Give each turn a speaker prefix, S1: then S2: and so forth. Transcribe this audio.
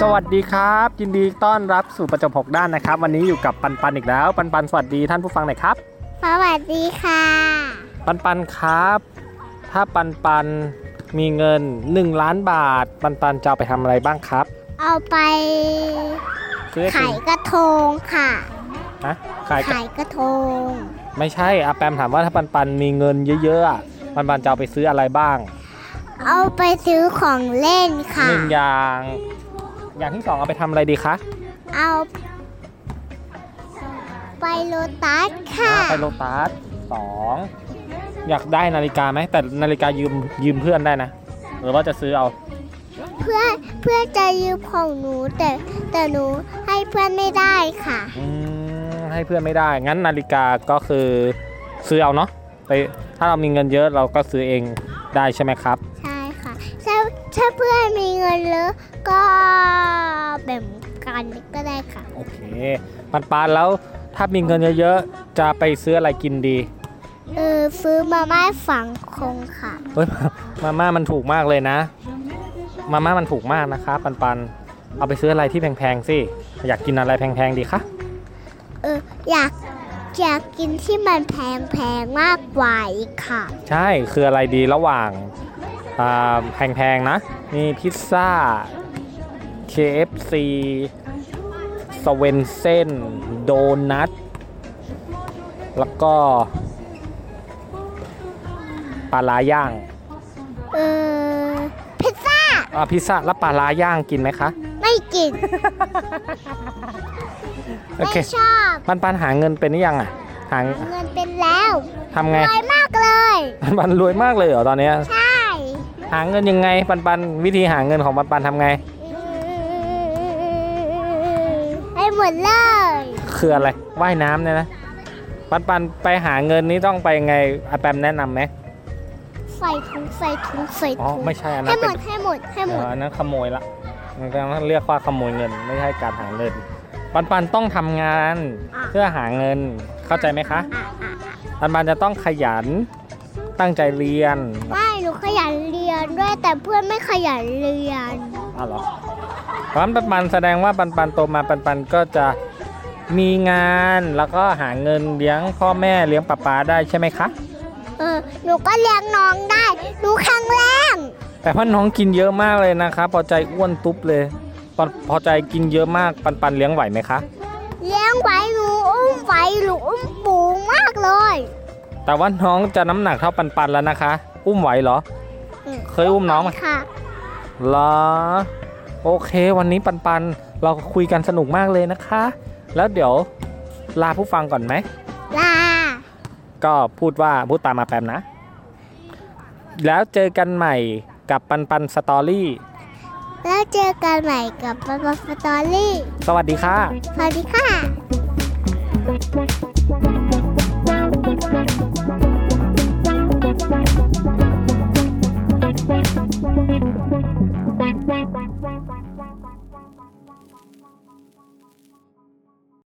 S1: สวัสดีครับ ยินดีต้อนรับสู่ประจบหกด้านนะครับ วันนี้อยู่กับปันปันอีกแล้ว ปันปันสวัสดีท่านผู้ฟังหน่อยครับ
S2: สวัสดีค่ะ
S1: ปันปันครับ ถ้าปันปันมีเงิน 1 ล้านบาท ปันปันจะเอาไปทำอะไรบ้างครับ
S2: เอาไป
S1: ซื้อไอติ
S2: ขาย
S1: ม
S2: กระทงค่ะ
S1: ฮะขายกับ
S2: ขายกระทง
S1: ไม่ใช่อาแปมถามว่าถ้าปันปันมีเงินเยอะๆอะปันปันจะเอาไปซื้ออะไรบ้าง
S2: เอาไปซื้อของเล่นค่ะ
S1: หนึ่งอย่าง อย่างที่สองเอาไปทำอะไรดีคะ
S2: เอาไปโลตัสค่ะ
S1: อ่าไปโลตัสสองอยากได้นาฬิกาไหมแต่นาฬิกายืมยืมเพื่อนได้นะ หรือว่าจะซื้อเอา
S2: เพื่อเพื่อจะยืมของหนูแต่แต่หนูให้เพื่อนไม่ได้ค่ะ
S1: อืมให้เพื่อนไม่ได้งั้นนาฬิกาก็คือซื้อเอาเนาะไปถ้าเรามีเงินเยอะเราก็ซื้อเองได้ใช่ไหมครับ
S2: ใช่ค่ะถ้าถ้าเพื่อนมีเงินเยอะก็แบ่งกันก็ได้ค่ะ
S1: โอเคปันปานๆแล้วถ้ามีเงินเยอะๆจะไปซื้ออะไรกินดี
S2: เออซื้อมาม่าฝังคงค่ะ
S1: เฮ้ย มาม่ามันถูกมากเลยนะ มาม่ามันถูกมากนะคะปันปันๆเอาไปซื้ออะไรที่แพงๆสิอยากกินอะไรแพงๆดีคะ
S2: เอออยากอยากกินที่มันแพงแพงๆมากกว่าอีกค่ะ
S1: ใช่คืออะไรดีระหว่างอ่าแพงๆนะมีพิซซ่า KFC สเวนเซนโดนัท แล้วก็ปลาลาย่าง
S2: เออพิซซ่า
S1: อ่ะพิซซ่าแล้วปลาลาย่างกินไหมคะ
S2: ไม่กิ น
S1: โอ
S2: ไม่
S1: เค
S2: ชอบ
S1: ปันปันหาเงินเป็นหรือยังอ่ะ หา
S2: หาเงินเป็นแล้ว
S1: ทำไง
S2: รวยมากเลย
S1: ปันปันรวยมากเลยเหรอตอนเนี้ย
S2: ใช่
S1: หาเงินยังไง ปันปันวิธีหาเงินของปันปันทำไง
S2: ให้หมดเลย
S1: คืออะไร ว่ายน้ำเนี่ยนะ ปันปันไปหาเงินนี้ต้องไปยังไงอาแปมแนะนำไหม
S2: ใส่ถุงใส่ถุงใส่
S1: อ๋อ
S2: ถุง
S1: ไม่ใช่อันนั้
S2: ให้
S1: น
S2: หม
S1: เป็น
S2: ดให้หมดให้หมด
S1: เอออันนั้นขโมยละมันกำลังเรียกว่าขโมยเงินไม่ใช่การหาเงิน ปันปันต้องทำงาน
S2: อ่ะ
S1: เพื่อหาเงินเข้าใจไหมคะ
S2: อ่ะอ่ะอ่ะ
S1: ปันปันจะต้องขยันตั้งใจเรียน
S2: ไม่หนูขยันเรียนด้วยแต่เพื่อนไม่ขยันเรียน
S1: อ้าวเหรอเพราะฉะนั้นปันปันแสดงว่าปันปันโตมาปันปันก็จะมีงานแล้วก็หาเงินเลี้ยงพ่อแม่เลี้ยงป้าป๊าได้ใช่ไหมคะ
S2: เออหนูก็เลี้ยงน้องได้ หนูแข็งแรง
S1: แต่พ่อน้องกินเยอะมากเลยนะคะพอใจอ้วนตุ๊บเลยพอพอใจกินเยอะมากปันปันเลี้ยงไหวไหมคะ
S2: เลี้ยงไว้หนูอุ้มไว้หนูอุ้มปูงมากเลย
S1: แต่ว่าน้องจะน้ำหนักเท่าปันปันแล้วนะคะ อุ้มไหวเหรอ
S2: อืม
S1: เคยอุ้มน้องไหม
S2: ค่ะ
S1: เหรอ โอเค วันนี้ปันปันเราคุยกันสนุกมากเลยนะคะ แล้วเดี๋ยวลาผู้ฟังก่อนไหม
S2: ลา
S1: ก็พูดว่าพูดตามมาแปมนะ แล้วเจอกันใหม่กับปันปันสตอรี่
S2: แล้วเจอกันใหม่กับปปสตอรี่
S1: สวัสดีค่ะ
S2: สวัสดีค่ะ
S3: Thank